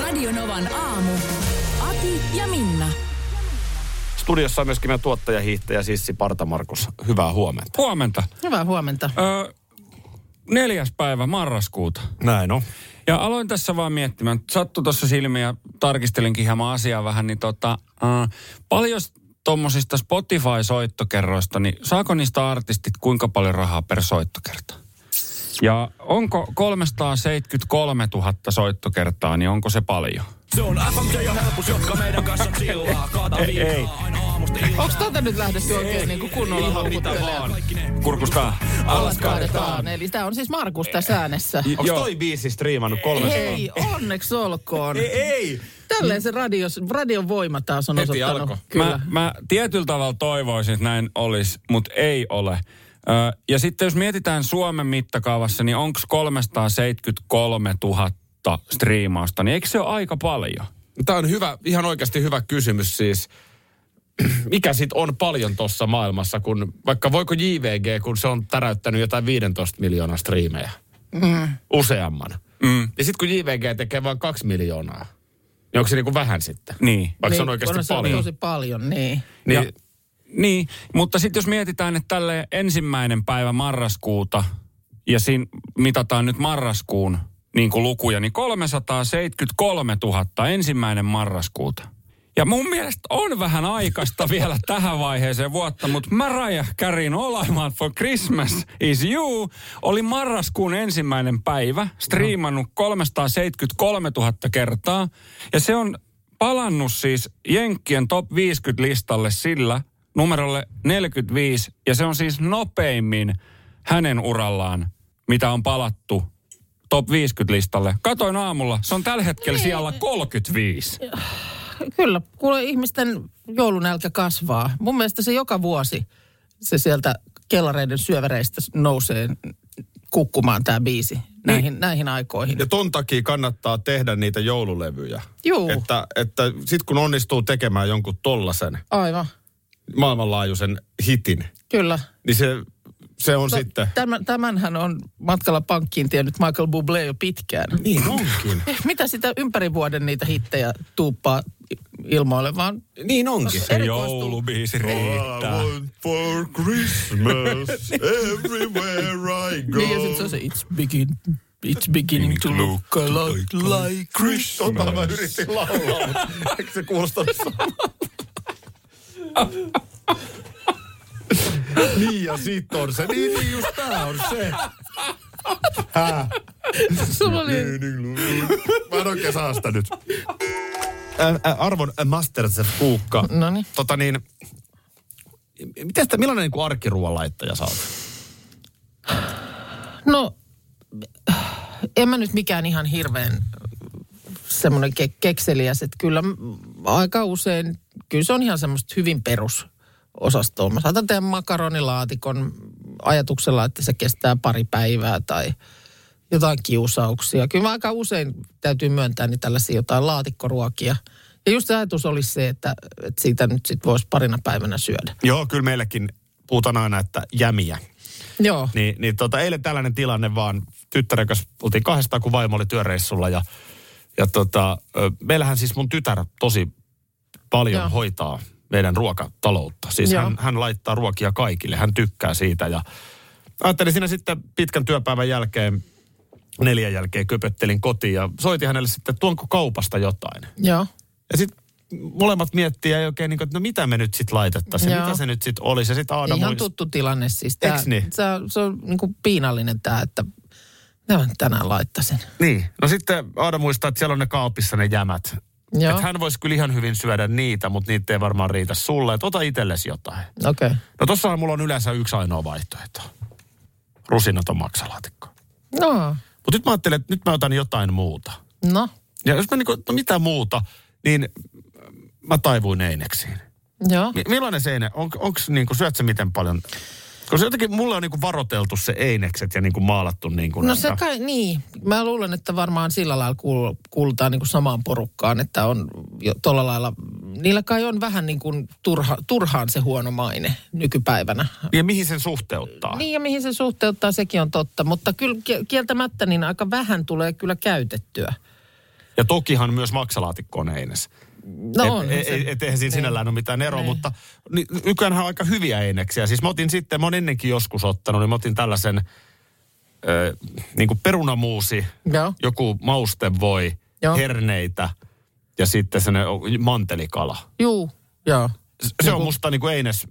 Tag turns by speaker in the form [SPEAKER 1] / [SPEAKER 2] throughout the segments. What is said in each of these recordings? [SPEAKER 1] Radionovan aamu. Ati ja Minna.
[SPEAKER 2] Studiossa on myöskin meidän tuottaja, hiihtäjä Sissi Partamarkus. Hyvää huomenta.
[SPEAKER 3] Huomenta.
[SPEAKER 4] Hyvää huomenta.
[SPEAKER 3] Ö, neljäs päivä marraskuuta.
[SPEAKER 2] Näin on.
[SPEAKER 3] Ja aloin tässä vaan miettimään. Sattu tuossa silmiä, tarkistelinkin hieman asiaa vähän, niin tota, äh, paljon tuommoisista Spotify-soittokerroista, niin saako niistä artistit kuinka paljon rahaa per soittokerta? Ja onko 373 000 soittokertaa, niin onko se paljon?
[SPEAKER 5] Se on FMJ ja helpus, jotka meidän kanssa chillaa. Kaata
[SPEAKER 2] Ei.
[SPEAKER 5] viinaa aina aamusta iltaan.
[SPEAKER 4] Onko tätä nyt lähdetty oikein niin kuin kunnolla
[SPEAKER 5] Ihan mitä
[SPEAKER 4] houkuttelemaan?
[SPEAKER 5] vaan.
[SPEAKER 2] Kurkustaa.
[SPEAKER 4] Alas kaadetaan. Eli tämä on siis Markus tässä äänessä.
[SPEAKER 2] Onko
[SPEAKER 3] Joo.
[SPEAKER 2] toi biisi striimannut kolme
[SPEAKER 4] Hei, onneksi olkoon.
[SPEAKER 2] Ei. Mm.
[SPEAKER 4] Tälleen se radios, radion voima taas on
[SPEAKER 2] Heti
[SPEAKER 4] osoittanut.
[SPEAKER 2] alkoi.
[SPEAKER 4] Kyllä.
[SPEAKER 3] Mä, mä tietyllä tavalla toivoisin, että näin olisi, mutta ei ole. Ö, ja sitten jos mietitään Suomen mittakaavassa, niin onko 373 000 striimausta, niin eikö se ole aika paljon?
[SPEAKER 2] Tämä on hyvä, ihan oikeasti hyvä kysymys siis. Mikä sit on paljon tuossa maailmassa, kun vaikka voiko JVG, kun se on täräyttänyt jotain 15 miljoonaa striimejä mm. useamman. Mm. Ja sitten kun JVG tekee vain kaksi miljoonaa, niin onko se niinku vähän sitten?
[SPEAKER 3] Niin.
[SPEAKER 2] Vaikka niin, se on
[SPEAKER 4] Niin,
[SPEAKER 2] oikeasti
[SPEAKER 4] on se
[SPEAKER 2] paljon.
[SPEAKER 4] tosi paljon, niin.
[SPEAKER 2] Niin,
[SPEAKER 3] Ja- Niin, mutta sitten jos mietitään, että tälle ensimmäinen päivä marraskuuta, ja siinä mitataan nyt marraskuun niin kuin lukuja, niin 373 000 ensimmäinen marraskuuta. Ja mun mielestä on vähän aikaista vielä tähän vaiheeseen vuotta, mutta Mariah Careyn All I Want for Christmas is You oli marraskuun ensimmäinen päivä, striimannut 373 000 kertaa, ja se on palannut siis Jenkkien top 50 listalle sillä numerolle 45, ja se on siis nopeimmin hänen urallaan, mitä on palattu top 50 listalle. Katoin aamulla, se on tällä hetkellä siellä 35.
[SPEAKER 4] Kyllä, kuule ihmisten joulunälkä kasvaa. Mun mielestä se joka vuosi se sieltä kellareiden syövereistä nousee kukkumaan tämä biisi näihin,
[SPEAKER 2] Niin.
[SPEAKER 4] näihin aikoihin.
[SPEAKER 6] Ja ton takia kannattaa tehdä niitä joululevyjä.
[SPEAKER 4] Juu.
[SPEAKER 6] Että, että sit kun onnistuu tekemään jonkun tollasen
[SPEAKER 4] Aivan,
[SPEAKER 6] maailmanlaajuisen hitin,
[SPEAKER 4] kyllä.
[SPEAKER 6] niin se, se on
[SPEAKER 4] No,
[SPEAKER 6] sitten...
[SPEAKER 4] Tämän, tämänhän on matkalla pankkiin tiennyt Michael Bublé jo pitkään.
[SPEAKER 2] Mm.
[SPEAKER 6] Niin onkin.
[SPEAKER 4] Eh, Mitä sitä ympäri vuoden niitä hittejä tuuppaa ilmoille, vaan
[SPEAKER 6] niin onkin.
[SPEAKER 4] erikoistunut.
[SPEAKER 3] Joulubiisi riittää.
[SPEAKER 6] for Christmas everywhere I go.
[SPEAKER 4] Niin ja sit se on se It's, begin, it's beginning to look a lot like Christmas.
[SPEAKER 6] Tota mä yritin laulaa, mutta eikö se kuulostanut samalta? niin ja sit on se. Niin, niin just tää on se.
[SPEAKER 4] Sulla oli
[SPEAKER 6] Mä en oikein saa sitä nyt. Ä, ä, arvon ä, Masterchef-kuukka.
[SPEAKER 4] Noniin.
[SPEAKER 6] Tota niin, miten sitä, millainen niin arkiruoanlaittaja sä oot?
[SPEAKER 4] No, en mä nyt mikään ihan hirveän semmoinen ke- kekseliäs, että kyllä m- aika usein, kyllä se on ihan semmoista hyvin perusosastoa. Mä saatan tehdä makaronilaatikon ajatuksella, että se kestää pari päivää tai jotain kiusauksia. Kyllä mä aika usein täytyy myöntää niin tällaisia jotain laatikkoruokia. Ja just se ajatus olisi se, että, että siitä nyt sitten voisi parina päivänä syödä.
[SPEAKER 6] Joo, kyllä meilläkin puhutaan aina, että jämiä.
[SPEAKER 4] Joo.
[SPEAKER 6] Niin, niin tota, eilen tällainen tilanne vaan, tyttären kanssa oltiin kahdestaan, kun vaimo oli työreissulla ja, ja tota, ö, meillähän siis mun tytär tosi paljon
[SPEAKER 4] Joo.
[SPEAKER 6] Joo. hoitaa meidän ruokataloutta. Siis
[SPEAKER 4] Joo.
[SPEAKER 6] hän, hän laittaa ruokia kaikille, hän tykkää siitä ja ajattelin siinä sitten pitkän työpäivän jälkeen, neljän jälkeen köpöttelin kotiin ja soitin hänelle sitten, että tuonko kaupasta jotain.
[SPEAKER 4] Joo.
[SPEAKER 6] Ja sitten molemmat miettii ja ei oikein, niin kuin, että no mitä me nyt sitten laitettaisiin, ja
[SPEAKER 4] Joo.
[SPEAKER 6] mitä se nyt sitten olisi. Ja sitten Aada
[SPEAKER 4] Ihan
[SPEAKER 6] muist-
[SPEAKER 4] tuttu tilanne siis. Tää,
[SPEAKER 6] Eiks niin?
[SPEAKER 4] Tää, se on niinku piinallinen tämä, että tämä tänään laittaisin.
[SPEAKER 6] Niin. No sitten Aada muistaa, että siellä on ne kaapissa ne jämät.
[SPEAKER 4] Joo.
[SPEAKER 6] Että hän voisi kyllä ihan hyvin syödä niitä, mutta niitä ei varmaan riitä sulle. Että ota itsellesi jotain.
[SPEAKER 4] Okei. Okay.
[SPEAKER 6] No tossahan mulla on yleensä yksi ainoa vaihtoehto. Rusinaton maksalaatikko.
[SPEAKER 4] No,
[SPEAKER 6] Mutta nyt mä ajattelin, että nyt mä otan jotain muuta.
[SPEAKER 4] no.
[SPEAKER 6] Ja jos mä niin kuin, no mitä muuta, niin mä taivuin eineksiin.
[SPEAKER 4] Joo.
[SPEAKER 6] Mi- millainen se eine, on, onks niinku, syöt sä miten paljon? Koska jotenkin mulle on niinku varoteltu se einekset ja niinku maalattu niinku
[SPEAKER 4] No
[SPEAKER 6] näitä.
[SPEAKER 4] se kai, niin. Mä luulen, että varmaan sillä lailla kuul, kuulutaan niin kuin samaan porukkaan, että on jo tuolla lailla, niillä kai on vähän niin kuin turha, turhaan se huono maine nykypäivänä.
[SPEAKER 6] Ja mihin sen suhteuttaa?
[SPEAKER 4] Niin ja mihin se suhteuttaa, sekin on totta, mutta kyllä ki- kieltämättä niin aika vähän tulee kyllä käytettyä.
[SPEAKER 6] Ja tokihan myös maksalaatikko on eines.
[SPEAKER 4] No
[SPEAKER 6] et,
[SPEAKER 4] on. Niin.
[SPEAKER 6] et, et, et, eihän siinä sinällään ole mitään eroa, mutta ni- nykyäänhän on aika hyviä eineksiä. Siis mä otin sitten, mä oon ennenkin joskus ottanut, niin mä otin tällaisen ö, niin kuin perunamuusi,
[SPEAKER 4] Joo.
[SPEAKER 6] joku maustevoi,
[SPEAKER 4] Joo.
[SPEAKER 6] herneitä ja sitten sen mantelikala.
[SPEAKER 4] Juu, joo.
[SPEAKER 6] Se on musta niin kuin Eines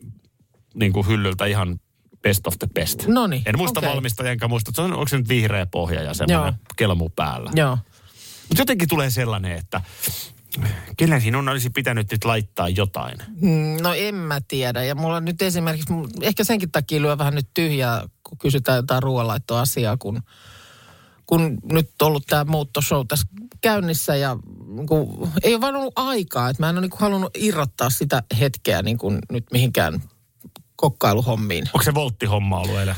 [SPEAKER 6] niin kuin hyllyltä ihan best of the best.
[SPEAKER 4] Noniin,
[SPEAKER 6] En muista
[SPEAKER 4] No niin, okei.
[SPEAKER 6] okay. valmistajia, enkä muista. Se on, onko se nyt vihreä pohja ja semmoinen
[SPEAKER 4] Joo.
[SPEAKER 6] kelmu päällä.
[SPEAKER 4] Joo.
[SPEAKER 6] Mutta jotenkin tulee sellainen, että kenen sinun olisi pitänyt nyt laittaa jotain.
[SPEAKER 4] Mm, No en mä tiedä. Ja mulla nyt esimerkiksi, mun- ehkä senkin takia lyö vähän nyt tyhjää, kun kysytään jotain ruoanlaittoasiaa, kun, kun nyt on ollut tämä muuttoshow tässä käynnissä ja kun, ei ole vaan ollut aikaa. Että mä en ole niin halunnut irrottaa sitä hetkeä niin kuin nyt mihinkään kokkailuhommiin.
[SPEAKER 6] Onko se volttihomma ollut eilen?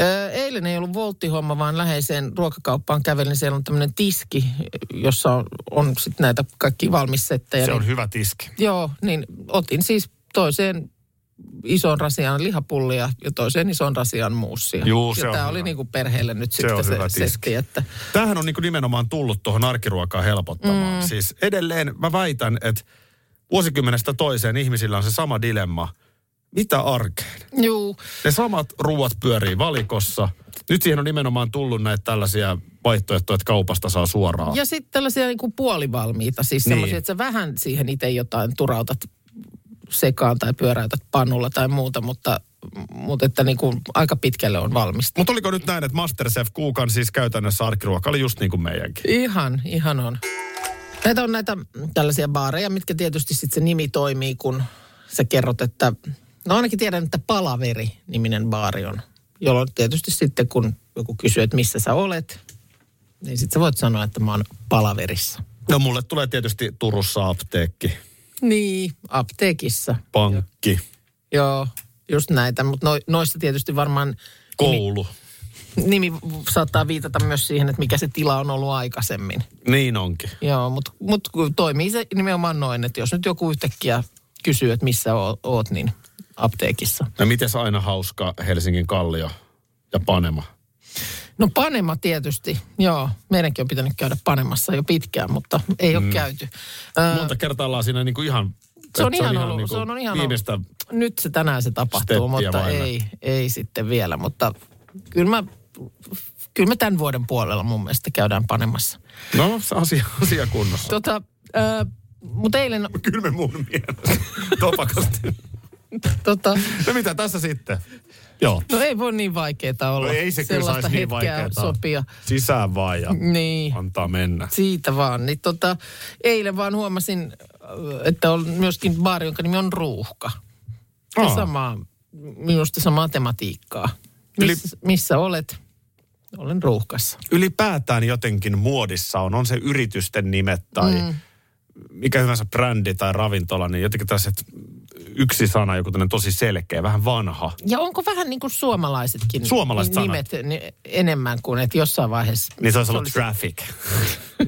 [SPEAKER 4] Öö, eilen ei ollut volttihomma, vaan läheiseen ruokakauppaan kävelin. Niin Siellä on tämmöinen tiski, jossa on, on sitten näitä kaikki valmissettejä.
[SPEAKER 6] Se
[SPEAKER 4] niin-
[SPEAKER 6] on hyvä tiski.
[SPEAKER 4] Joo, niin otin siis toiseen isoon rasiaan lihapullia ja toiseen isoon rasiaan muussia.
[SPEAKER 6] Juu, se
[SPEAKER 4] ja
[SPEAKER 6] on
[SPEAKER 4] tämä
[SPEAKER 6] hyvä.
[SPEAKER 4] oli niinku perheelle nyt
[SPEAKER 6] Se
[SPEAKER 4] sitten
[SPEAKER 6] on
[SPEAKER 4] se,
[SPEAKER 6] hyvä
[SPEAKER 4] se
[SPEAKER 6] tiski.
[SPEAKER 4] setti, että
[SPEAKER 6] Tämähän on niin nimenomaan tullut tuohon arkiruokaa helpottamaan. Mm. Siis edelleen mä väitän, että vuosikymmenestä toiseen ihmisillä on se sama dilemma. Mitä arkeen?
[SPEAKER 4] juu,
[SPEAKER 6] ne samat ruuat pyörii valikossa. Nyt siihen on nimenomaan tullut näitä tällaisia vaihtoehtoja, että kaupasta saa suoraan.
[SPEAKER 4] Ja sitten tällaisia niin kuin puolivalmiita, siis
[SPEAKER 6] Ah. Niin.
[SPEAKER 4] niin. semmoisia, että sä vähän siihen itse jotain turautat sekaan tai pyöräytät pannulla tai muuta, mutta, mutta että niin kuin aika pitkälle on valmista.
[SPEAKER 6] Mutta oliko nyt näin, että Masterchef kuukan siis käytännössä arkiruoka oli just niin kuin meidänkin?
[SPEAKER 4] Ihan, ihan on. Näitä on näitä mm, tällaisia baareja, mitkä tietysti sitten se nimi toimii, kun sä kerrot, että... No ainakin tiedän, että Palaveri-niminen baari on, jolloin tietysti sitten kun joku kysyy, että missä sä olet, niin sitten sä voit sanoa, että mä oon Palaverissa.
[SPEAKER 6] No mulle tulee tietysti Turussa apteekki,
[SPEAKER 4] Niin, apteekissa.
[SPEAKER 6] pankki,
[SPEAKER 4] Joo, just näitä, mutta no, noissa tietysti varmaan
[SPEAKER 6] koulu.
[SPEAKER 4] nimi saattaa viitata myös siihen, että mikä se tila on ollut aikaisemmin.
[SPEAKER 6] Niin onkin.
[SPEAKER 4] Joo, mutta mut kun toimii se nimenomaan noin, että jos nyt joku yhtäkkiä kysyy, että missä o- oot, niin apteekissa.
[SPEAKER 6] No mites aina hauska Helsingin kallio ja Panema?
[SPEAKER 4] No Panema tietysti, joo. Meidänkin on pitänyt käydä Panemassa jo pitkään, mutta ei ole mm. käyty. Ö,
[SPEAKER 6] Monta kertaa ollaan siinä niinku ihan...
[SPEAKER 4] se on
[SPEAKER 6] että
[SPEAKER 4] ihan ollut,
[SPEAKER 6] niinku
[SPEAKER 4] se on ihan
[SPEAKER 6] viimeistä,
[SPEAKER 4] ollut. Nyt se tänään se tapahtuu,
[SPEAKER 6] steppiä
[SPEAKER 4] mutta
[SPEAKER 6] vaille.
[SPEAKER 4] ei, ei sitten vielä. Mutta kyllä, mä, kyllä me tämän vuoden puolella mun mielestä käydään Panemassa.
[SPEAKER 6] No, se asia, asia kunnossa.
[SPEAKER 4] Tota, ö, mutta eilen,
[SPEAKER 6] Kyllä me mun mielestä. Topakasti.
[SPEAKER 4] tota,
[SPEAKER 6] No mitä tässä sitten? Joo.
[SPEAKER 4] no ei voi niin vaikeeta olla.
[SPEAKER 6] No ei se kyllä
[SPEAKER 4] Sellaista
[SPEAKER 6] saisi niin
[SPEAKER 4] hetkeä
[SPEAKER 6] vaikeeta.
[SPEAKER 4] sopia.
[SPEAKER 6] Sisään vaan ja
[SPEAKER 4] Niin.
[SPEAKER 6] antaa mennä.
[SPEAKER 4] Siitä vaan. Niin tota, eilen vaan huomasin, äh, että on myöskin baari, jonka nimi on Ruuhka. Ja
[SPEAKER 6] Aa.
[SPEAKER 4] samaa, minusta samaa tematiikkaa.
[SPEAKER 6] Eli-
[SPEAKER 4] Miss, missä olet? Olen ruuhkassa.
[SPEAKER 6] Ylipäätään jotenkin muodissa on, on se yritysten nimet tai mm. mikä hyvänsä brändi tai ravintola, niin jotenkin tässä yksi sana, joku tämmöinen tosi selkeä, vähän vanha.
[SPEAKER 4] Ja onko vähän niin kuin suomalaisetkin
[SPEAKER 6] Suomalaiset sanat.
[SPEAKER 4] nimet ni- enemmän kuin, että jossain vaiheessa...
[SPEAKER 6] Niin se olisi
[SPEAKER 4] Se
[SPEAKER 6] ollut
[SPEAKER 4] olisi-
[SPEAKER 6] traffic.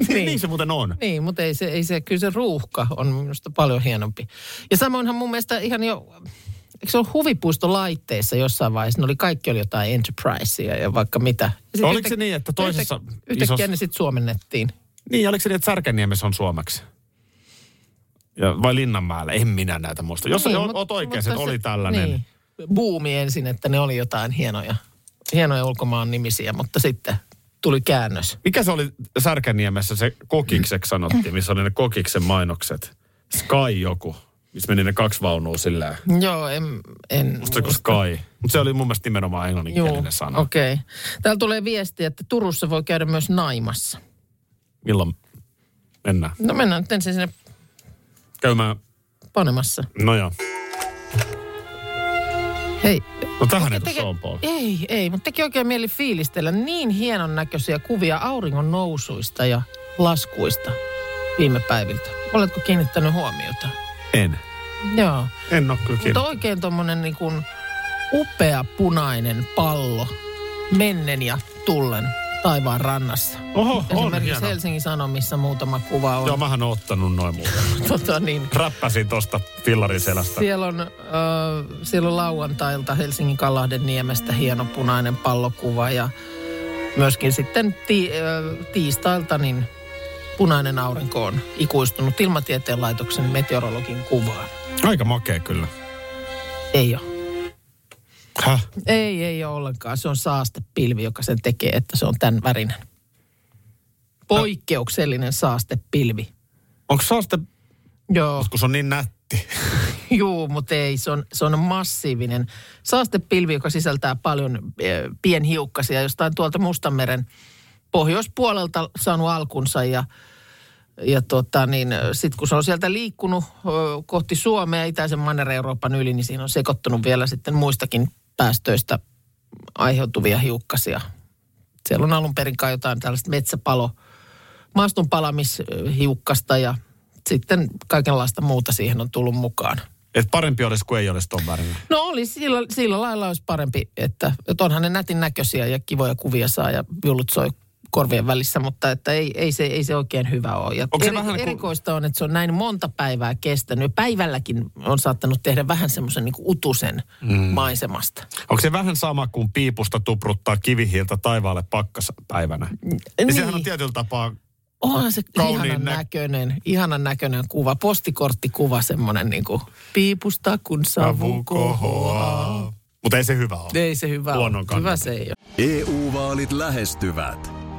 [SPEAKER 6] niin. niin se muuten on.
[SPEAKER 4] Niin, mutta ei se, ei se, kyllä se ruuhka on minusta paljon hienompi. Ja samoinhan mun mielestä ihan jo, eikö se ollut huvipuistolaitteissa jossain vaiheessa, ne oli kaikki oli jotain enterprisea ja vaikka mitä. Ja sit
[SPEAKER 6] Oliko se niin, että toisessa
[SPEAKER 4] yhtäk-
[SPEAKER 6] isossa-
[SPEAKER 4] Yhtäkkiä ne sitten suomennettiin.
[SPEAKER 6] Niin, ja oliko se niin, että Särkänniemessä on suomeksi? Ja, vai Linnanmäellä? En minä näitä muista. Jos
[SPEAKER 4] niin,
[SPEAKER 6] niin, olet
[SPEAKER 4] mut-
[SPEAKER 6] mut, oikeassa, että
[SPEAKER 4] mutta
[SPEAKER 6] oli
[SPEAKER 4] se-
[SPEAKER 6] tällainen. Niin.
[SPEAKER 4] Buumi ensin, että ne oli jotain hienoja, hienoja ulkomaan nimisiä, mutta sitten tuli käännös.
[SPEAKER 6] Mikä se oli Särkäniemessä se kokikseksi sanottiin, missä oli ne kokiksen mainokset? Sky joku, missä meni ne kaksi vaunua silleen.
[SPEAKER 4] Joo, en... en
[SPEAKER 6] Musta joku Sky. Mutta se oli mun mielestä nimenomaan englanninkielinen Joo. sana. Okay.
[SPEAKER 4] okei. Okay. Täällä tulee viesti, että Turussa voi käydä myös naimassa.
[SPEAKER 6] Milloin mennään?
[SPEAKER 4] No mennään nyt ensin sinne
[SPEAKER 6] Käymään.
[SPEAKER 4] panemassa.
[SPEAKER 6] No joo.
[SPEAKER 4] Hei.
[SPEAKER 6] No tähän ei
[SPEAKER 4] Mutta
[SPEAKER 6] teke... on Paul.
[SPEAKER 4] Ei, ei, mutta teki oikein mieli fiilistellä niin hienon näköisiä kuvia auringon nousuista ja laskuista. viime päiviltä? Oletko kiinnittänyt huomiota?
[SPEAKER 6] En. Mm.
[SPEAKER 4] Joo.
[SPEAKER 6] En ole kyllä
[SPEAKER 4] Mutta
[SPEAKER 6] kiinni.
[SPEAKER 4] oikein tuommoinen niin kuin upea punainen pallo mennen ja tullen taivaan rannassa.
[SPEAKER 6] Oho, on
[SPEAKER 4] Esimerkiksi
[SPEAKER 6] hieno.
[SPEAKER 4] Helsingin Sanomissa muutama kuva on.
[SPEAKER 6] Joo, mähän oon ottanut noin muuten.
[SPEAKER 4] Tota, niin,
[SPEAKER 6] Räppäsin tosta fillarin selästä.
[SPEAKER 4] siellä, on, äh, siellä on lauantailta Helsingin Kallahden niemestä hieno punainen pallokuva ja myöskin sitten ti, äh, tiistailta niin punainen aurinko on ikuistunut Ilmatieteen laitoksen meteorologin kuvaan.
[SPEAKER 6] Aika makea kyllä.
[SPEAKER 4] Ei ole.
[SPEAKER 6] Häh?
[SPEAKER 4] Ei, ei ole ollenkaan. Se on saastepilvi, joka sen tekee, että se on tämän värinen. Poikkeuksellinen saastepilvi.
[SPEAKER 6] Onko saaste,
[SPEAKER 4] Joo,
[SPEAKER 6] kun se on niin nätti?
[SPEAKER 4] juu, mutta ei. Se on, se on massiivinen saastepilvi, joka sisältää paljon eh, pienhiukkasia jostain tuolta Mustanmeren pohjoispuolelta saanut alkunsa ja ja tota, niin, sitten kun se on sieltä liikkunut ö, kohti Suomea, itäisen Manner-Euroopan yli, niin siinä on sekoittunut vielä sitten muistakin päästöistä aiheutuvia hiukkasia. Siellä on alun perin kai jotain tällaista metsäpalo, maaston palamishiukkasta ja sitten kaikenlaista muuta siihen on tullut mukaan.
[SPEAKER 6] Et parempi olisi, kuin ei olisi ton värinen.
[SPEAKER 4] No oli, sillä, sillä lailla olisi parempi, että, että onhan ne nätin näköisiä ja kivoja kuvia saa ja jullut soi korvien välissä, mutta että ei, ei, se, ei se oikein hyvä ole. Ja
[SPEAKER 6] Onko se
[SPEAKER 4] eri,
[SPEAKER 6] vähän niin kuin-
[SPEAKER 4] erikoista on, että se on näin monta päivää kestänyt. Päivälläkin on saattanut tehdä vähän semmoisen niin utusen mm. maisemasta.
[SPEAKER 6] Onko se vähän sama kuin piipusta tupruttaa kivihiiltä taivaalle pakkaspäivänä? Niin. Ja sehän on tietyllä tapaa,
[SPEAKER 4] Onhan se
[SPEAKER 6] Kauniin
[SPEAKER 4] ihanan
[SPEAKER 6] nä-
[SPEAKER 4] näköinen, ihanan näköinen kuva, postikorttikuva semmoinen niin kuin piipusta kun savu kohoaa.
[SPEAKER 6] mutta ei se hyvä ole.
[SPEAKER 4] Ei se hyvä ole.
[SPEAKER 6] Luonnon kannalta.
[SPEAKER 4] Hyvä se ei ole.
[SPEAKER 7] EU-vaalit E lähestyvät.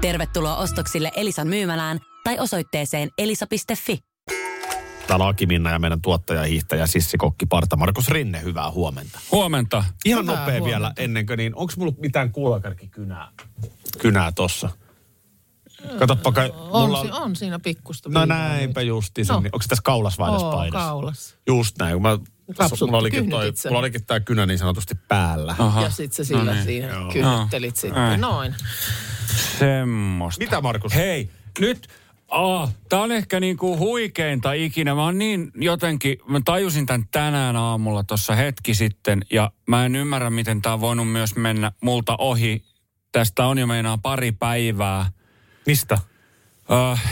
[SPEAKER 1] Tervetuloa ostoksille Elisan myymälään tai osoitteeseen elisa.fi.
[SPEAKER 6] Täällä on Aki Minna ja meidän tuottaja, hiihtäjä, sissikokki Parta Markus Rinne, hyvää huomenta.
[SPEAKER 3] Huomenta.
[SPEAKER 6] Ihan
[SPEAKER 4] Hyvää
[SPEAKER 6] nopea
[SPEAKER 4] huomenta.
[SPEAKER 6] vielä ennen kuin, niin onko mulla mitään kuulakärkikynää kynää tossa? Katoppa kai,
[SPEAKER 4] On,
[SPEAKER 6] mulla
[SPEAKER 4] on,
[SPEAKER 6] on,
[SPEAKER 4] si- on siinä pikkusta.
[SPEAKER 6] no
[SPEAKER 4] viivaa
[SPEAKER 6] näinpä
[SPEAKER 4] nyt.
[SPEAKER 6] justiinsa,
[SPEAKER 4] No.
[SPEAKER 6] no. niin, onko tässä kaulas vai edes
[SPEAKER 4] Oo,
[SPEAKER 6] paidassa?
[SPEAKER 4] kaulassa.
[SPEAKER 6] Just näin, kun mä,
[SPEAKER 4] Rapsutti
[SPEAKER 6] mulla olikin,
[SPEAKER 4] kyhnyt
[SPEAKER 6] toi,
[SPEAKER 4] itse.
[SPEAKER 6] mulla olikin tää kynä niin sanotusti päällä.
[SPEAKER 3] Aha.
[SPEAKER 4] Ja sit se sillä no niin, siihen
[SPEAKER 6] joo.
[SPEAKER 4] kyhnyttelit sitten.
[SPEAKER 3] Näin.
[SPEAKER 4] Noin.
[SPEAKER 3] Semmosta.
[SPEAKER 6] Mitä Markus?
[SPEAKER 3] Hei, nyt... Ah, tää on ehkä niinku huikeinta ikinä. Mä oon niin jotenkin, mä tajusin tän tänään aamulla tuossa hetki sitten ja mä en ymmärrä, miten tää on voinut myös mennä multa ohi. Tästä on jo meinaa pari päivää.
[SPEAKER 6] Mistä?
[SPEAKER 3] Äh,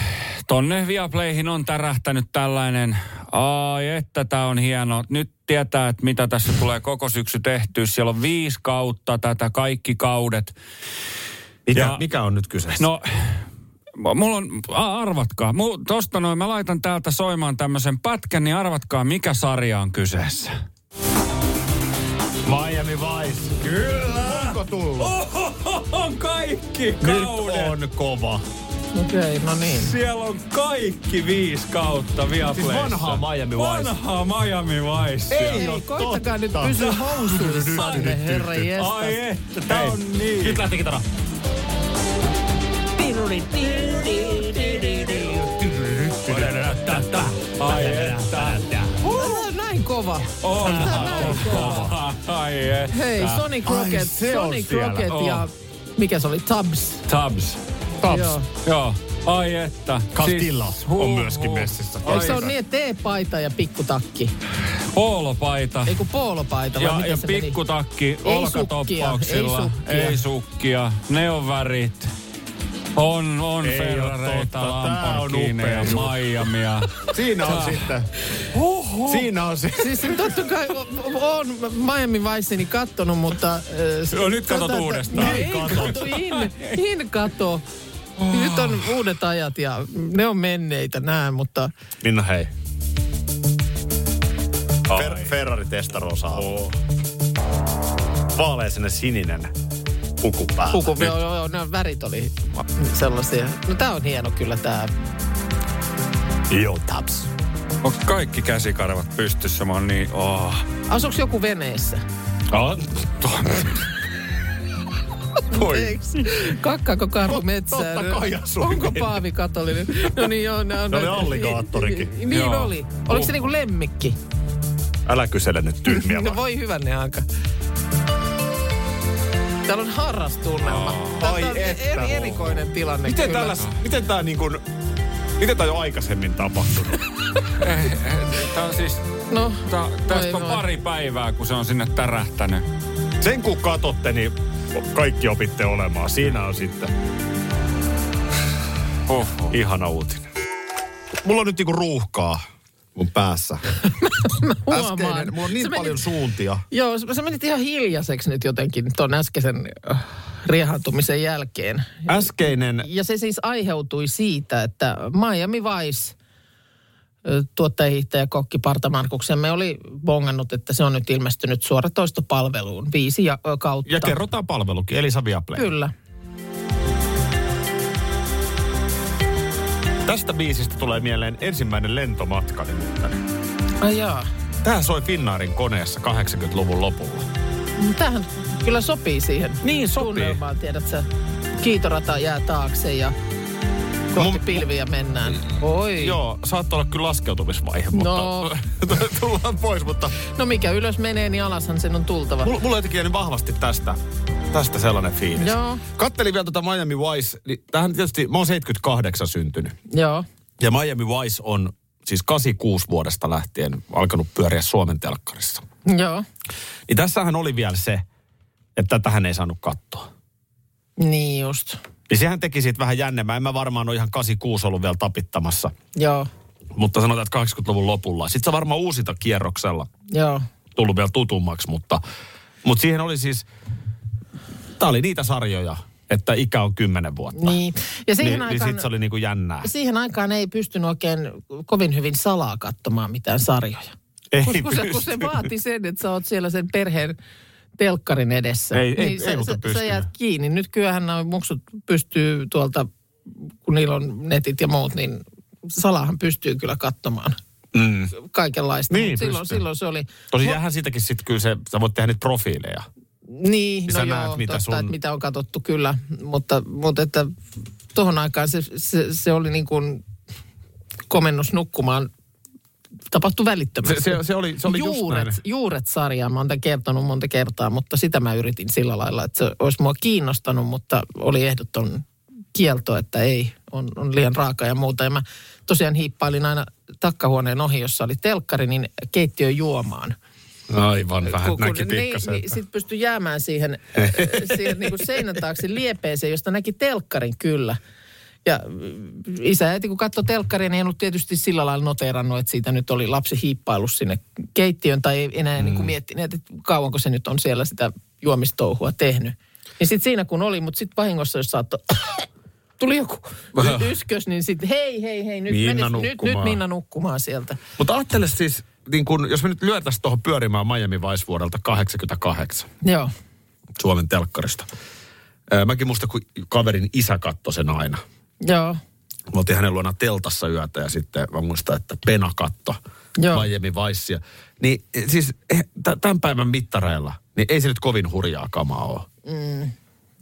[SPEAKER 3] tonne Viaplayhin on tärähtänyt tällainen, ai että tää on hieno. Nyt tietää, että mitä tässä tulee koko syksy tehtyä. Siellä on viisi kautta tätä, kaikki kaudet.
[SPEAKER 6] Mikä,
[SPEAKER 3] Ja-
[SPEAKER 6] mikä on nyt kyseessä?
[SPEAKER 3] No, m- mulla on, a- arvatkaa. Mul, tosta noin, mä laitan täältä soimaan tämmöisen pätkän, niin arvatkaa, mikä sarja on kyseessä.
[SPEAKER 6] Miami Vice. Kyllä. Onko tullut?
[SPEAKER 3] On kaikki
[SPEAKER 6] Nyt on kova.
[SPEAKER 4] Okei, okay, no niin.
[SPEAKER 3] Siellä on kaikki viisi kautta
[SPEAKER 6] Siis
[SPEAKER 3] Viaplayssa.
[SPEAKER 6] vanhaa Miami Vice.
[SPEAKER 3] Vanhaa Miami Vice.
[SPEAKER 4] Ei, ei koittakaa nyt
[SPEAKER 6] totta.
[SPEAKER 4] pysyä housuissa, herra
[SPEAKER 3] Ai
[SPEAKER 4] jestas.
[SPEAKER 3] että, tää on niin.
[SPEAKER 6] Nyt lähti kitara.
[SPEAKER 3] Ai että.
[SPEAKER 4] Tämä on näin kova.
[SPEAKER 3] On.
[SPEAKER 4] Tämä on näin kova.
[SPEAKER 3] Ai että.
[SPEAKER 4] Hei, Sonic Rocket,
[SPEAKER 6] se on
[SPEAKER 4] Sonic
[SPEAKER 6] siellä.
[SPEAKER 4] Rocket
[SPEAKER 3] Oo.
[SPEAKER 4] ja... Mikä se oli? Tubbs.
[SPEAKER 3] Tubbs.
[SPEAKER 4] Joo.
[SPEAKER 3] Joo. Ai että. Siis
[SPEAKER 6] Castilla on myöskin messissä.
[SPEAKER 3] Ai
[SPEAKER 4] Siis Eikö se ole niin, että teepaita ja pikkutakki?
[SPEAKER 3] Poolopaita.
[SPEAKER 4] Ei kun poolopaita, vai
[SPEAKER 3] Ja,
[SPEAKER 4] miten
[SPEAKER 3] ja
[SPEAKER 4] se meni?
[SPEAKER 3] pikkutakki
[SPEAKER 4] Ei
[SPEAKER 3] olkatoppauksilla.
[SPEAKER 4] sukkia, ei sukkia.
[SPEAKER 3] Ei sukkia. Ne on värit. On, on
[SPEAKER 6] Ei oo totta.
[SPEAKER 3] Ferrareita,
[SPEAKER 6] Tää on
[SPEAKER 3] Lamborghineja,
[SPEAKER 6] upea
[SPEAKER 3] Miamia.
[SPEAKER 6] Siinä on sitten. Siinä on se.
[SPEAKER 4] Siis totta kai o- o- on Miami Viceini kattonut, mutta... äh,
[SPEAKER 3] No nyt katot
[SPEAKER 4] tätä-
[SPEAKER 3] uudestaan.
[SPEAKER 4] No Ei kato, in, in kato.
[SPEAKER 6] Oh.
[SPEAKER 4] Nyt on uudet ajat ja ne on menneitä nää, mutta
[SPEAKER 6] Minna, hei. Fer- Ferrari testarosa. Oh. Vaalea sinne sininen puku päällä.
[SPEAKER 4] puku, joo, joo, joo, nämä värit oli sellaisia. No tää on hieno kyllä tää.
[SPEAKER 6] Joo, taps.
[SPEAKER 3] Onko kaikki käsikarvat pystyssä? Mä oon niin, oh.
[SPEAKER 4] Asuuko joku veneessä?
[SPEAKER 6] Voi.
[SPEAKER 4] Eiks? Kakkaako karhu metsään?
[SPEAKER 6] totta kai asuu
[SPEAKER 4] Onko
[SPEAKER 6] veneessä.
[SPEAKER 4] Paavi katolinen? No niin, joo. No,
[SPEAKER 6] oli alligaattorikin. Oh.
[SPEAKER 4] Niin, niin
[SPEAKER 3] Joo.
[SPEAKER 4] oli. Oliko se niinku lemmikki?
[SPEAKER 6] Älä kysele nyt tyhmiä.
[SPEAKER 4] No voi hyvänne aika. Täällä on harrastunnelma. Tää-
[SPEAKER 6] ai
[SPEAKER 4] tää on
[SPEAKER 6] että
[SPEAKER 4] eri,
[SPEAKER 6] voi.
[SPEAKER 4] erikoinen tilanne.
[SPEAKER 6] miten
[SPEAKER 4] kyllä.
[SPEAKER 6] tällä, miten tää niin kuin, miten tää jo aikaisemmin tapahtunut?
[SPEAKER 3] Tää on siis,
[SPEAKER 4] No,
[SPEAKER 3] tää, tästä
[SPEAKER 4] Voi
[SPEAKER 3] on
[SPEAKER 4] voi.
[SPEAKER 3] pari päivää, kun se on sinne tärähtänyt.
[SPEAKER 6] Sen kun katotte, niin kaikki opitte olemaan. Siinä on sitten
[SPEAKER 3] Oho.
[SPEAKER 6] ihana uutinen. Mulla on nyt niinku ruuhkaa mun päässä.
[SPEAKER 4] huomaan.
[SPEAKER 6] Äskeinen, mulla on
[SPEAKER 4] Sä
[SPEAKER 6] niin
[SPEAKER 4] menit-
[SPEAKER 6] paljon suuntia.
[SPEAKER 4] Joo, sä, sä menit ihan hiljaiseksi nyt jotenkin ton äskeisen äh, riehaantumisen jälkeen.
[SPEAKER 6] Äskeinen
[SPEAKER 4] Ja se siis aiheutui siitä, että Miami Vice ö, tuottajahiihtäjä kokki Parta Markuksemme oli bongannut, että se on nyt ilmestynyt suoratoistopalveluun viisi ja, ö, kautta.
[SPEAKER 6] Ja kerrotaan palvelukin, Elisa Viaplay.
[SPEAKER 4] Kyllä.
[SPEAKER 6] Tästä biisistä tulee mieleen ensimmäinen lentomatka. nimittäin.
[SPEAKER 4] Ai jaa.
[SPEAKER 6] Tää soi Finnaarin koneessa 80-luvun lopulla.
[SPEAKER 4] Tämähän kyllä sopii siihen.
[SPEAKER 6] Niin, sopii.
[SPEAKER 4] Tunnelmaan, tiedät sä. Kiitorata jää taakse ja kohti
[SPEAKER 6] Mun-
[SPEAKER 4] pilviä mennään. Oi.
[SPEAKER 6] Joo, saattoi olla kyllä laskeutumisvaihe, mutta
[SPEAKER 4] Niin. No.
[SPEAKER 6] tullaan pois. Mutta
[SPEAKER 4] No mikä ylös menee, niin alashan sen on tultava.
[SPEAKER 6] mulla, mulla jotenkin jäänyt vahvasti tästä, tästä sellainen fiilis.
[SPEAKER 4] Joo.
[SPEAKER 6] Kattelin vielä tuota Miami Vice. Niin tämähän tietysti, mä oon 78 syntynyt.
[SPEAKER 4] Joo.
[SPEAKER 6] Ja Miami Vice on siis 86 vuodesta lähtien alkanut pyöriä Suomen telkkarissa.
[SPEAKER 4] Joo.
[SPEAKER 6] Niin tässähän oli vielä se, että tähän ei saanut katsoa.
[SPEAKER 4] Niin just.
[SPEAKER 6] Niin sehän teki siitä vähän jännemmän. En mä varmaan ole ihan 86 ollut vielä tapittamassa.
[SPEAKER 4] Joo.
[SPEAKER 6] Mutta sanotaan, että 80-luvun lopulla. Sitten se varmaan uusinta kierroksella
[SPEAKER 4] Joo.
[SPEAKER 6] tullut vielä tutummaksi, mutta, mutta siihen oli siis... Tämä oli niitä sarjoja, että ikä on 10 vuotta.
[SPEAKER 4] Niin. Ja siihen,
[SPEAKER 6] Niin, niin
[SPEAKER 4] aikaan, Siis
[SPEAKER 6] sitten se oli niinku jännää.
[SPEAKER 4] siihen aikaan ei pystynyt oikein kovin hyvin salaa katsomaan mitään sarjoja.
[SPEAKER 6] Ei
[SPEAKER 4] kun, kun, se, kun se
[SPEAKER 6] pysty.
[SPEAKER 4] vaati sen, että sä oot siellä sen perheen telkkarin edessä.
[SPEAKER 6] Ei- ei-
[SPEAKER 4] niin sä,
[SPEAKER 6] ei muuten
[SPEAKER 4] sä, sä
[SPEAKER 6] pystynyt.
[SPEAKER 4] jäät kiinni. Nyt kyllähän nämä muksut pystyy tuolta, kun niillä on netit ja muut, niin salahan pystyy kyllä katsomaan
[SPEAKER 6] Mm.
[SPEAKER 4] kaikenlaista.
[SPEAKER 6] Niin,
[SPEAKER 4] Mut silloin,
[SPEAKER 6] pystyy.
[SPEAKER 4] silloin se oli...
[SPEAKER 6] Tosi jäähän siitäkin sitten kyllä se, sä voit tehdä niitä profiileja.
[SPEAKER 4] Niin,
[SPEAKER 6] Sä
[SPEAKER 4] no
[SPEAKER 6] näet,
[SPEAKER 4] joo,
[SPEAKER 6] mitä
[SPEAKER 4] totta,
[SPEAKER 6] sun-
[SPEAKER 4] että mitä on katsottu kyllä, mutta, mutta että tuohon aikaan se, se, se oli niin kuin komennus nukkumaan tapahtui välittömästi.
[SPEAKER 6] Se- se- se oli- se oli just
[SPEAKER 4] juuret,
[SPEAKER 6] näin.
[SPEAKER 4] juuret sarjaa, mä oon tämän kertonut monta kertaa, mutta sitä mä yritin sillä lailla, että se olisi mua kiinnostanut, mutta oli ehdoton kielto, että ei, on, on liian raaka ja muuta. Ja mä tosiaan hiippailin aina takkahuoneen ohi, jossa oli telkkari, niin keittiöön juomaan.
[SPEAKER 6] Aivan vähän
[SPEAKER 4] Kun- kun- Niin, niin sitten pystyi jäämään siihen, siihen niin kuin seinän taakse liepeeseen, josta näki telkkarin kyllä. Ja mm, isä ja äiti, kun katsoi telkkaria, niin ei ollut tietysti sillä lailla noteerannut, että siitä nyt oli lapsi hiippaillut sinne keittiön tai ei enää mm. niin kuin miettineet, että kauanko se nyt on siellä sitä juomistouhua tehnyt. Niin sitten siinä kun oli, mutta sitten vahingossa, jos saattoi, tuli joku yskös, niin sitten hei, hei, hei, nyt,
[SPEAKER 6] Minna
[SPEAKER 4] menis, nyt, nyt
[SPEAKER 6] nukkumaan.
[SPEAKER 4] Minna nukkumaan sieltä.
[SPEAKER 6] Mutta ajattele siis, niin kun, jos me nyt lyötäisiin tuohon pyörimään Miami Vice vuodelta 88
[SPEAKER 4] Joo,
[SPEAKER 6] Suomen telkkarista. Ää, Mäkin muistan, kun kaverin isä katsoi sen aina.
[SPEAKER 4] joo,
[SPEAKER 6] Me oltiin hänen luona teltassa yötä ja sitten mä muistan, että Pena katto
[SPEAKER 4] Joo.
[SPEAKER 6] Miami Vicea. Niin eh, siis eh, t- tämän päivän mittareilla, niin ei se nyt kovin hurjaa kamaa ole.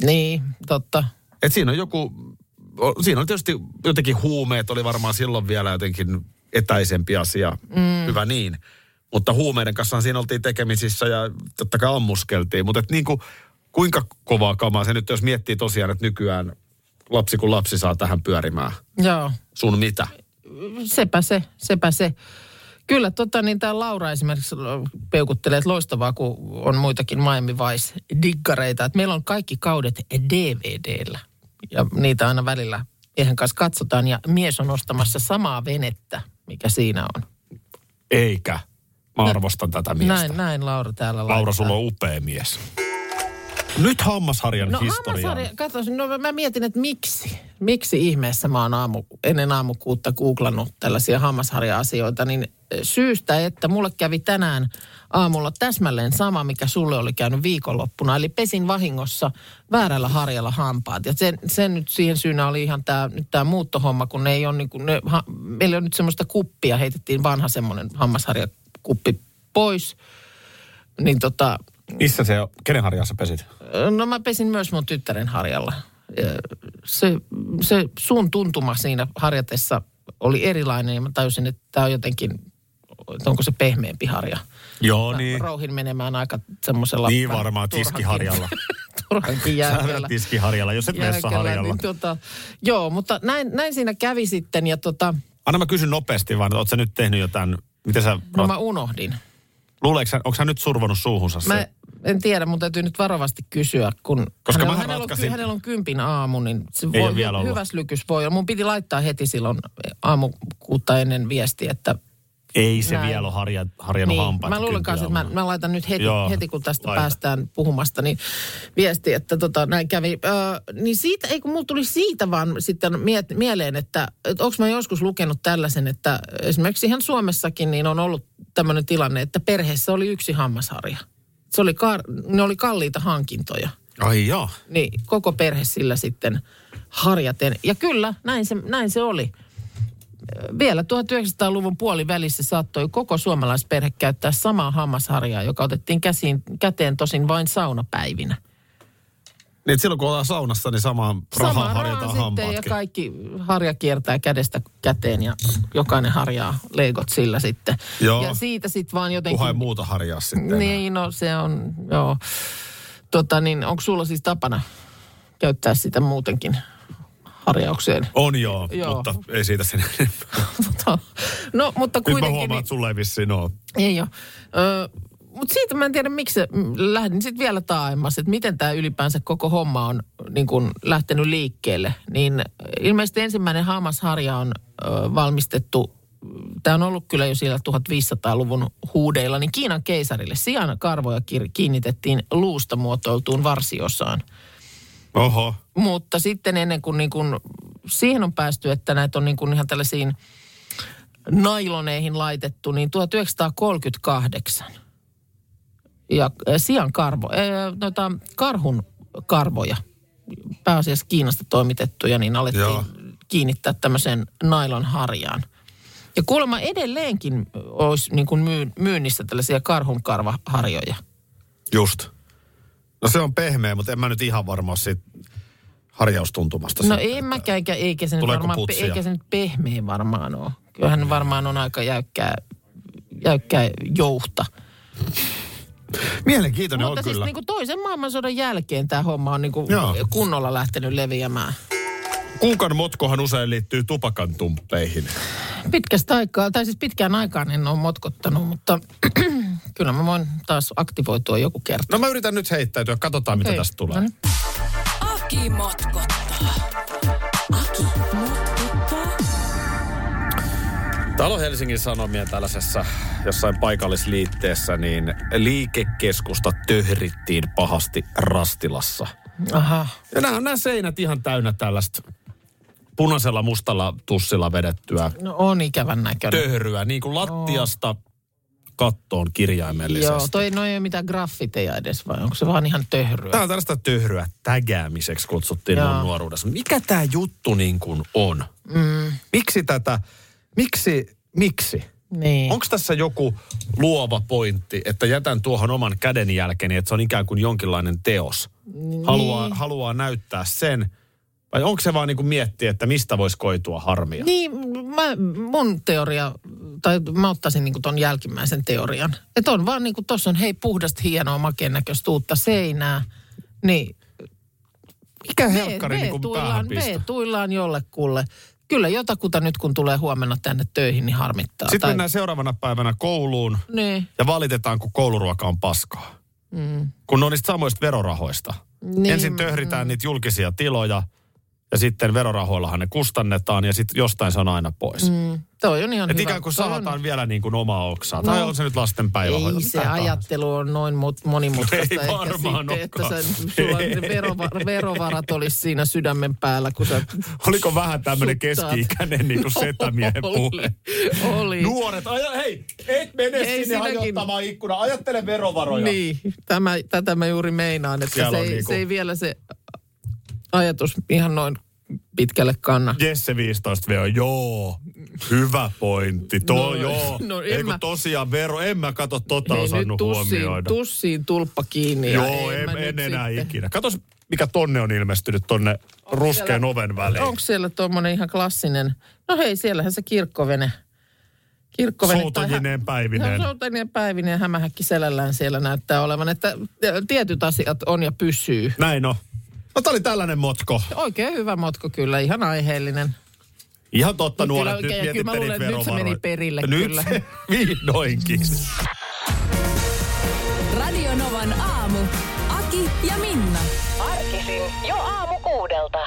[SPEAKER 4] niin, totta.
[SPEAKER 6] Et siinä on joku, o- siinä on tietysti jotenkin huumeet, oli varmaan silloin vielä jotenkin etäisempi asia, mm. hyvä niin. Mutta huumeiden kanssa siinä oltiin tekemisissä ja totta kai ammuskeltiin. Mutta niin kuin, kuinka kovaa kamaa se nyt, jos miettii tosiaan, että nykyään lapsi kun lapsi saa tähän pyörimään.
[SPEAKER 4] Joo.
[SPEAKER 6] Sun mitä?
[SPEAKER 4] sepä se, sepä se. Kyllä, tota, niin tämä Laura esimerkiksi peukuttelee, että loistavaa, kun on muitakin Miami Vice-diggareita. Että meillä on kaikki kaudet DVDllä. ja niitä aina välillä miehen kanssa katsotaan. Ja mies on ostamassa samaa venettä, mikä siinä on.
[SPEAKER 2] Eikä. Mä arvostan tätä miestä.
[SPEAKER 4] No, Näin, näin Laura täällä
[SPEAKER 2] Laura,
[SPEAKER 4] laittaa.
[SPEAKER 2] sulla on upea mies.
[SPEAKER 6] Nyt hammasharjan
[SPEAKER 4] No
[SPEAKER 6] historiaan.
[SPEAKER 4] hammasharja, katsos, no mä- mä mietin, että miksi, miksi ihmeessä mä oon aamu, ennen aamukuutta googlannut tällaisia hammasharja-asioita, niin syystä, että mulle kävi tänään aamulla täsmälleen sama, mikä sulle oli käynyt viikonloppuna. Eli pesin vahingossa väärällä harjalla hampaat. Ja sen, sen nyt siihen syynä oli ihan tämä tää muuttohomma, kun ne ei ole niin kuin, ne, ha, meillä on nyt semmoista kuppia, heitettiin vanha semmoinen hammasharjakuppi pois. Niin tota,
[SPEAKER 6] Missä se on? Kenen harjassa pesit?
[SPEAKER 4] No mä pesin myös mun tyttären harjalla. Ö, Se, se suun tuntuma siinä harjatessa oli erilainen ja mä tajusin, että tämä on jotenkin, että onko se pehmeämpi harja.
[SPEAKER 6] Joo
[SPEAKER 4] Mä Rouhin menemään aika semmoisella...
[SPEAKER 6] Niin
[SPEAKER 4] vähän
[SPEAKER 6] varmaan
[SPEAKER 4] turhankin-
[SPEAKER 6] tiskiharjalla.
[SPEAKER 4] turhankin
[SPEAKER 6] Sä
[SPEAKER 4] järkellä.
[SPEAKER 6] vedät tiskiharjalla, jos et messa
[SPEAKER 4] järkellä,
[SPEAKER 6] harjalla.
[SPEAKER 4] Niin tota, joo, mutta näin, näin siinä kävi sitten ja tota,
[SPEAKER 6] Anna mä kysyn nopeasti vaan, että ootko sä nyt tehnyt jotain, mitä sä,
[SPEAKER 4] no mä unohdin.
[SPEAKER 6] luuleeko onko hän nyt survonut suuhunsa
[SPEAKER 4] Mä
[SPEAKER 6] se?
[SPEAKER 4] en tiedä, mutta täytyy nyt varovasti kysyä, kun
[SPEAKER 6] Koska
[SPEAKER 4] hänellä,
[SPEAKER 6] mähän
[SPEAKER 4] hänellä, on, ky-
[SPEAKER 6] ratkaisin-
[SPEAKER 4] hänellä on kympin aamu, niin se
[SPEAKER 6] Ei
[SPEAKER 4] voi,
[SPEAKER 6] ole vielä ollut.
[SPEAKER 4] hyväs lykys voi olla. Mun piti laittaa heti silloin aamukuutta ennen viestiä, että
[SPEAKER 6] Ei se
[SPEAKER 4] Näin.
[SPEAKER 6] vielä ole harja, harjannut
[SPEAKER 4] niin,
[SPEAKER 6] hampaat.
[SPEAKER 4] mä luulen kanssa, että mä, mä laitan nyt heti,
[SPEAKER 6] Joo,
[SPEAKER 4] heti kun tästä
[SPEAKER 6] laita.
[SPEAKER 4] päästään puhumasta, niin viesti, että tota, näin kävi. Öö, niin siitä, ei kun mulla tuli siitä vaan sitten miet, mieleen, että, että onko mä joskus lukenut tällaisen, että esimerkiksi ihan Suomessakin niin on ollut tämmöinen tilanne, että perheessä oli yksi hammasharja. Se oli kar, ne oli kalliita hankintoja
[SPEAKER 6] Ai joo.
[SPEAKER 4] niin koko perhe sillä sitten harjaten. Ja kyllä, näin se, näin se oli. Vielä 1900-luvun puolivälissä saattoi koko suomalaisperhe käyttää samaa hammasharjaa, joka otettiin käsiin, käteen tosin vain saunapäivinä.
[SPEAKER 6] Niin, että silloin kun ollaan saunassa, niin samaan rahaan
[SPEAKER 4] Samaa
[SPEAKER 6] harjataan
[SPEAKER 4] rahaa sitten ja
[SPEAKER 6] hampaatkin.
[SPEAKER 4] kaikki harja kiertää kädestä käteen ja jokainen harjaa leikot sillä sitten.
[SPEAKER 6] Joo.
[SPEAKER 4] Ja siitä sitten vaan
[SPEAKER 6] Kunhan ei
[SPEAKER 4] jotenkin...
[SPEAKER 6] muuta harjaa sitten. enää.
[SPEAKER 4] Niin, no se on, joo. Tota niin, onko sulla siis tapana käyttää sitä muutenkin harjaukseen?
[SPEAKER 6] On joo,
[SPEAKER 4] Joo.
[SPEAKER 6] mutta ei siitä sen enempää.
[SPEAKER 4] Tota, no, mutta
[SPEAKER 6] Nyt mä
[SPEAKER 4] kuitenkin...
[SPEAKER 6] huomaan, että sulla ei vissiin ole.
[SPEAKER 4] niin, ei ole. Ö, mutta siitä mä en tiedä, miksi se- m, lähdin sitten vielä taaemmas, että miten tämä ylipäänsä koko homma on niin kun lähtenyt liikkeelle. Niin ö, ilmeisesti ensimmäinen hammasharja on ö, valmistettu, tämä on ollut kyllä jo siellä 1500-luvun huudeilla, niin Kiinan keisarille sian karvoja kir- kiinnitettiin luusta muotoiltuun varsiosaan.
[SPEAKER 6] Oho.
[SPEAKER 4] Mutta sitten ennen kuin, niin kuin siihen on päästy, että näitä on niin kuin ihan tällaisiin nailoneihin laitettu, niin 1938. Ja eh, sian karvo, eh, noita karhun karvoja, pääasiassa Kiinasta toimitettuja, niin alettiin
[SPEAKER 6] Joo.
[SPEAKER 4] kiinnittää tämmöiseen nailon harjaan. Ja kuulemma edelleenkin olisi niin kuin myy- myynnissä tällaisia karhun karvaharjoja.
[SPEAKER 6] Just. No se on pehmeä, mutta en mä nyt ihan varma ole siitä harjaustuntumasta.
[SPEAKER 4] No
[SPEAKER 6] sen.
[SPEAKER 4] ei mäkään, eikä, eikä, se nyt
[SPEAKER 6] Tuleeko
[SPEAKER 4] varmaan, pe-
[SPEAKER 6] putsia? Niin.
[SPEAKER 4] eikä se nyt pehmeä varmaan ole. Kyllähän varmaan on aika jäykkää, jäykkää jouhta.
[SPEAKER 6] Mielenkiintoinen
[SPEAKER 4] Mutta
[SPEAKER 6] No on
[SPEAKER 4] siis
[SPEAKER 6] kyllä.
[SPEAKER 4] niin kuin toisen maailmansodan jälkeen tämä homma on niin kuin
[SPEAKER 6] Joo.
[SPEAKER 4] kunnolla lähtenyt leviämään.
[SPEAKER 6] Kuukan motkohan usein liittyy tupakan tumppeihin.
[SPEAKER 4] Pitkästä aikaa, tai siis pitkään aikaan en ole motkottanut, mutta kyllä mä voin taas aktivoitua joku kerta.
[SPEAKER 6] No mä yritän nyt heittäytyä, katsotaan mitä
[SPEAKER 4] Hei.
[SPEAKER 6] tästä tulee.
[SPEAKER 4] No niin.
[SPEAKER 1] Aki motkottaa. Aki motkottaa.
[SPEAKER 4] niin.
[SPEAKER 2] Täällä on Helsingin Sanomien tällaisessa jossain paikallisliitteessä, niin liikekeskusta töhrittiin pahasti Rastilassa.
[SPEAKER 4] Aha.
[SPEAKER 2] Ja nämä, nämä seinät ihan täynnä tällaista punaisella mustalla tussilla vedettyä
[SPEAKER 4] No on ikävän näköinen.
[SPEAKER 2] töhryä, niin kuin lattiasta kattoon kirjaimellisesti.
[SPEAKER 4] Joo, toi no ei ole mitään graffiteja edes, vai onko se vaan ihan töhryä?
[SPEAKER 2] Tämä on tällaista töhryä tägäämiseksi kutsuttiin
[SPEAKER 4] Joo.
[SPEAKER 2] mun nuoruudessa. Mikä tämä juttu niin kuin on?
[SPEAKER 4] Mm,
[SPEAKER 6] Miksi tätä, miksi, miksi?
[SPEAKER 4] niin.
[SPEAKER 6] Onko tässä joku luova pointti, että jätän tuohon oman kädenjälkeni, että se on ikään kuin jonkinlainen teos?
[SPEAKER 4] Niin.
[SPEAKER 6] Haluaa, haluaa näyttää sen. Vai onko se vaan niin kuin miettiä, että mistä voisi koitua harmia?
[SPEAKER 4] Niin, mä, mun teoria, tai mä ottaisin niinku ton jälkimmäisen teorian. Että on vaan niinku, tossa on hei puhdasta, hienoa, makeen näköistä uutta seinää. Niin, niinku
[SPEAKER 6] Mikä helkkari niin kuin
[SPEAKER 4] V-tuillaan,
[SPEAKER 6] päähän pistää?
[SPEAKER 4] V-tuillaan jollekulle. Kyllä jotakuta nyt, kun tulee huomenna tänne töihin, niin harmittaa.
[SPEAKER 6] Sitten mennään seuraavana päivänä kouluun
[SPEAKER 4] Niin,
[SPEAKER 6] ja valitetaan, kun kouluruoka on paskaa.
[SPEAKER 4] mm,
[SPEAKER 6] Kun ne on niistä samoista verorahoista.
[SPEAKER 4] niin,
[SPEAKER 6] Ensin töhritään niitä julkisia tiloja, ja sitten verorahoillahan ne kustannetaan ja sitten jostain se on aina pois. Mm,
[SPEAKER 4] Toi on ihan
[SPEAKER 6] Et
[SPEAKER 4] hyvä.
[SPEAKER 6] ikään kuin
[SPEAKER 4] Toi on-
[SPEAKER 6] sahataan vielä niin kuin omaa oksaa. No, tai
[SPEAKER 4] No.
[SPEAKER 6] on se nyt lasten päivähoito.
[SPEAKER 4] Ei se ajattelu on noin mut- monimutkaista.
[SPEAKER 6] Ei
[SPEAKER 4] ehkä
[SPEAKER 6] varmaan
[SPEAKER 4] sitten, että
[SPEAKER 6] olekaan.
[SPEAKER 4] sä, sulla ne verova- verovarat olisi siinä sydämen päällä, kun sä
[SPEAKER 6] Oliko vähän tämmöinen
[SPEAKER 4] Suttaat.
[SPEAKER 6] keski-ikäinen niin kuin setämiehen puhe?
[SPEAKER 4] Oli. Oli.
[SPEAKER 6] Nuoret, aja, hei, et mene
[SPEAKER 4] Ei
[SPEAKER 6] sinne
[SPEAKER 4] Niin. sinäkin.
[SPEAKER 6] hajottamaan ikkuna. Ajattele verovaroja.
[SPEAKER 4] Niin, tämä, tätä mä juuri meinaan, että
[SPEAKER 6] Siellä
[SPEAKER 4] se
[SPEAKER 6] on
[SPEAKER 4] ei,
[SPEAKER 6] niinku-
[SPEAKER 4] se ei vielä se ajatus ihan noin pitkälle kanna.
[SPEAKER 6] Jesse 15 veo, joo, hyvä pointti, tuo no,
[SPEAKER 4] No,
[SPEAKER 6] joo. No,
[SPEAKER 4] no en
[SPEAKER 6] Ei kun
[SPEAKER 4] mä-
[SPEAKER 6] tosiaan vero, en mä kato tota
[SPEAKER 4] Ei, nyt
[SPEAKER 6] osannut
[SPEAKER 4] tussiin,
[SPEAKER 6] huomioida.
[SPEAKER 4] tussiin tulppa kiinni. ja
[SPEAKER 6] joo, en,
[SPEAKER 4] mä
[SPEAKER 6] en, en
[SPEAKER 4] nyt
[SPEAKER 6] enää
[SPEAKER 4] sitten-
[SPEAKER 6] ikinä. Katos, mikä tonne on ilmestynyt tonne ruskean
[SPEAKER 4] siellä-
[SPEAKER 6] oven väliin.
[SPEAKER 4] Onko siellä tuommoinen ihan klassinen, no hei, siellähän se kirkkovene. kirkkovene tai hä-
[SPEAKER 6] Soutajineen päivineen.
[SPEAKER 4] No, soutajineen päivineen ja hämähäkki selällään siellä näyttää olevan, että tietyt asiat on ja pysyy.
[SPEAKER 6] Näin on. No tää oli tällainen motko.
[SPEAKER 4] Oikein hyvä motko kyllä, ihan aiheellinen.
[SPEAKER 6] Ihan totta
[SPEAKER 4] Nyt
[SPEAKER 6] nuoret,
[SPEAKER 4] kyllä
[SPEAKER 6] nyt
[SPEAKER 4] oikein, ja
[SPEAKER 6] mietitte
[SPEAKER 4] kyllä mä
[SPEAKER 6] niitä
[SPEAKER 4] luulen, että nyt se
[SPEAKER 6] verovaroja.
[SPEAKER 4] meni perille
[SPEAKER 6] nyt
[SPEAKER 4] kyllä.
[SPEAKER 6] Se, vihdoinkin.
[SPEAKER 1] Radio Novan aamu. Aki ja Minna.
[SPEAKER 8] Arkisin jo aamu kuudelta.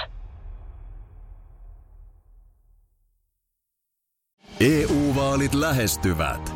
[SPEAKER 7] EU-vaalit E lähestyvät.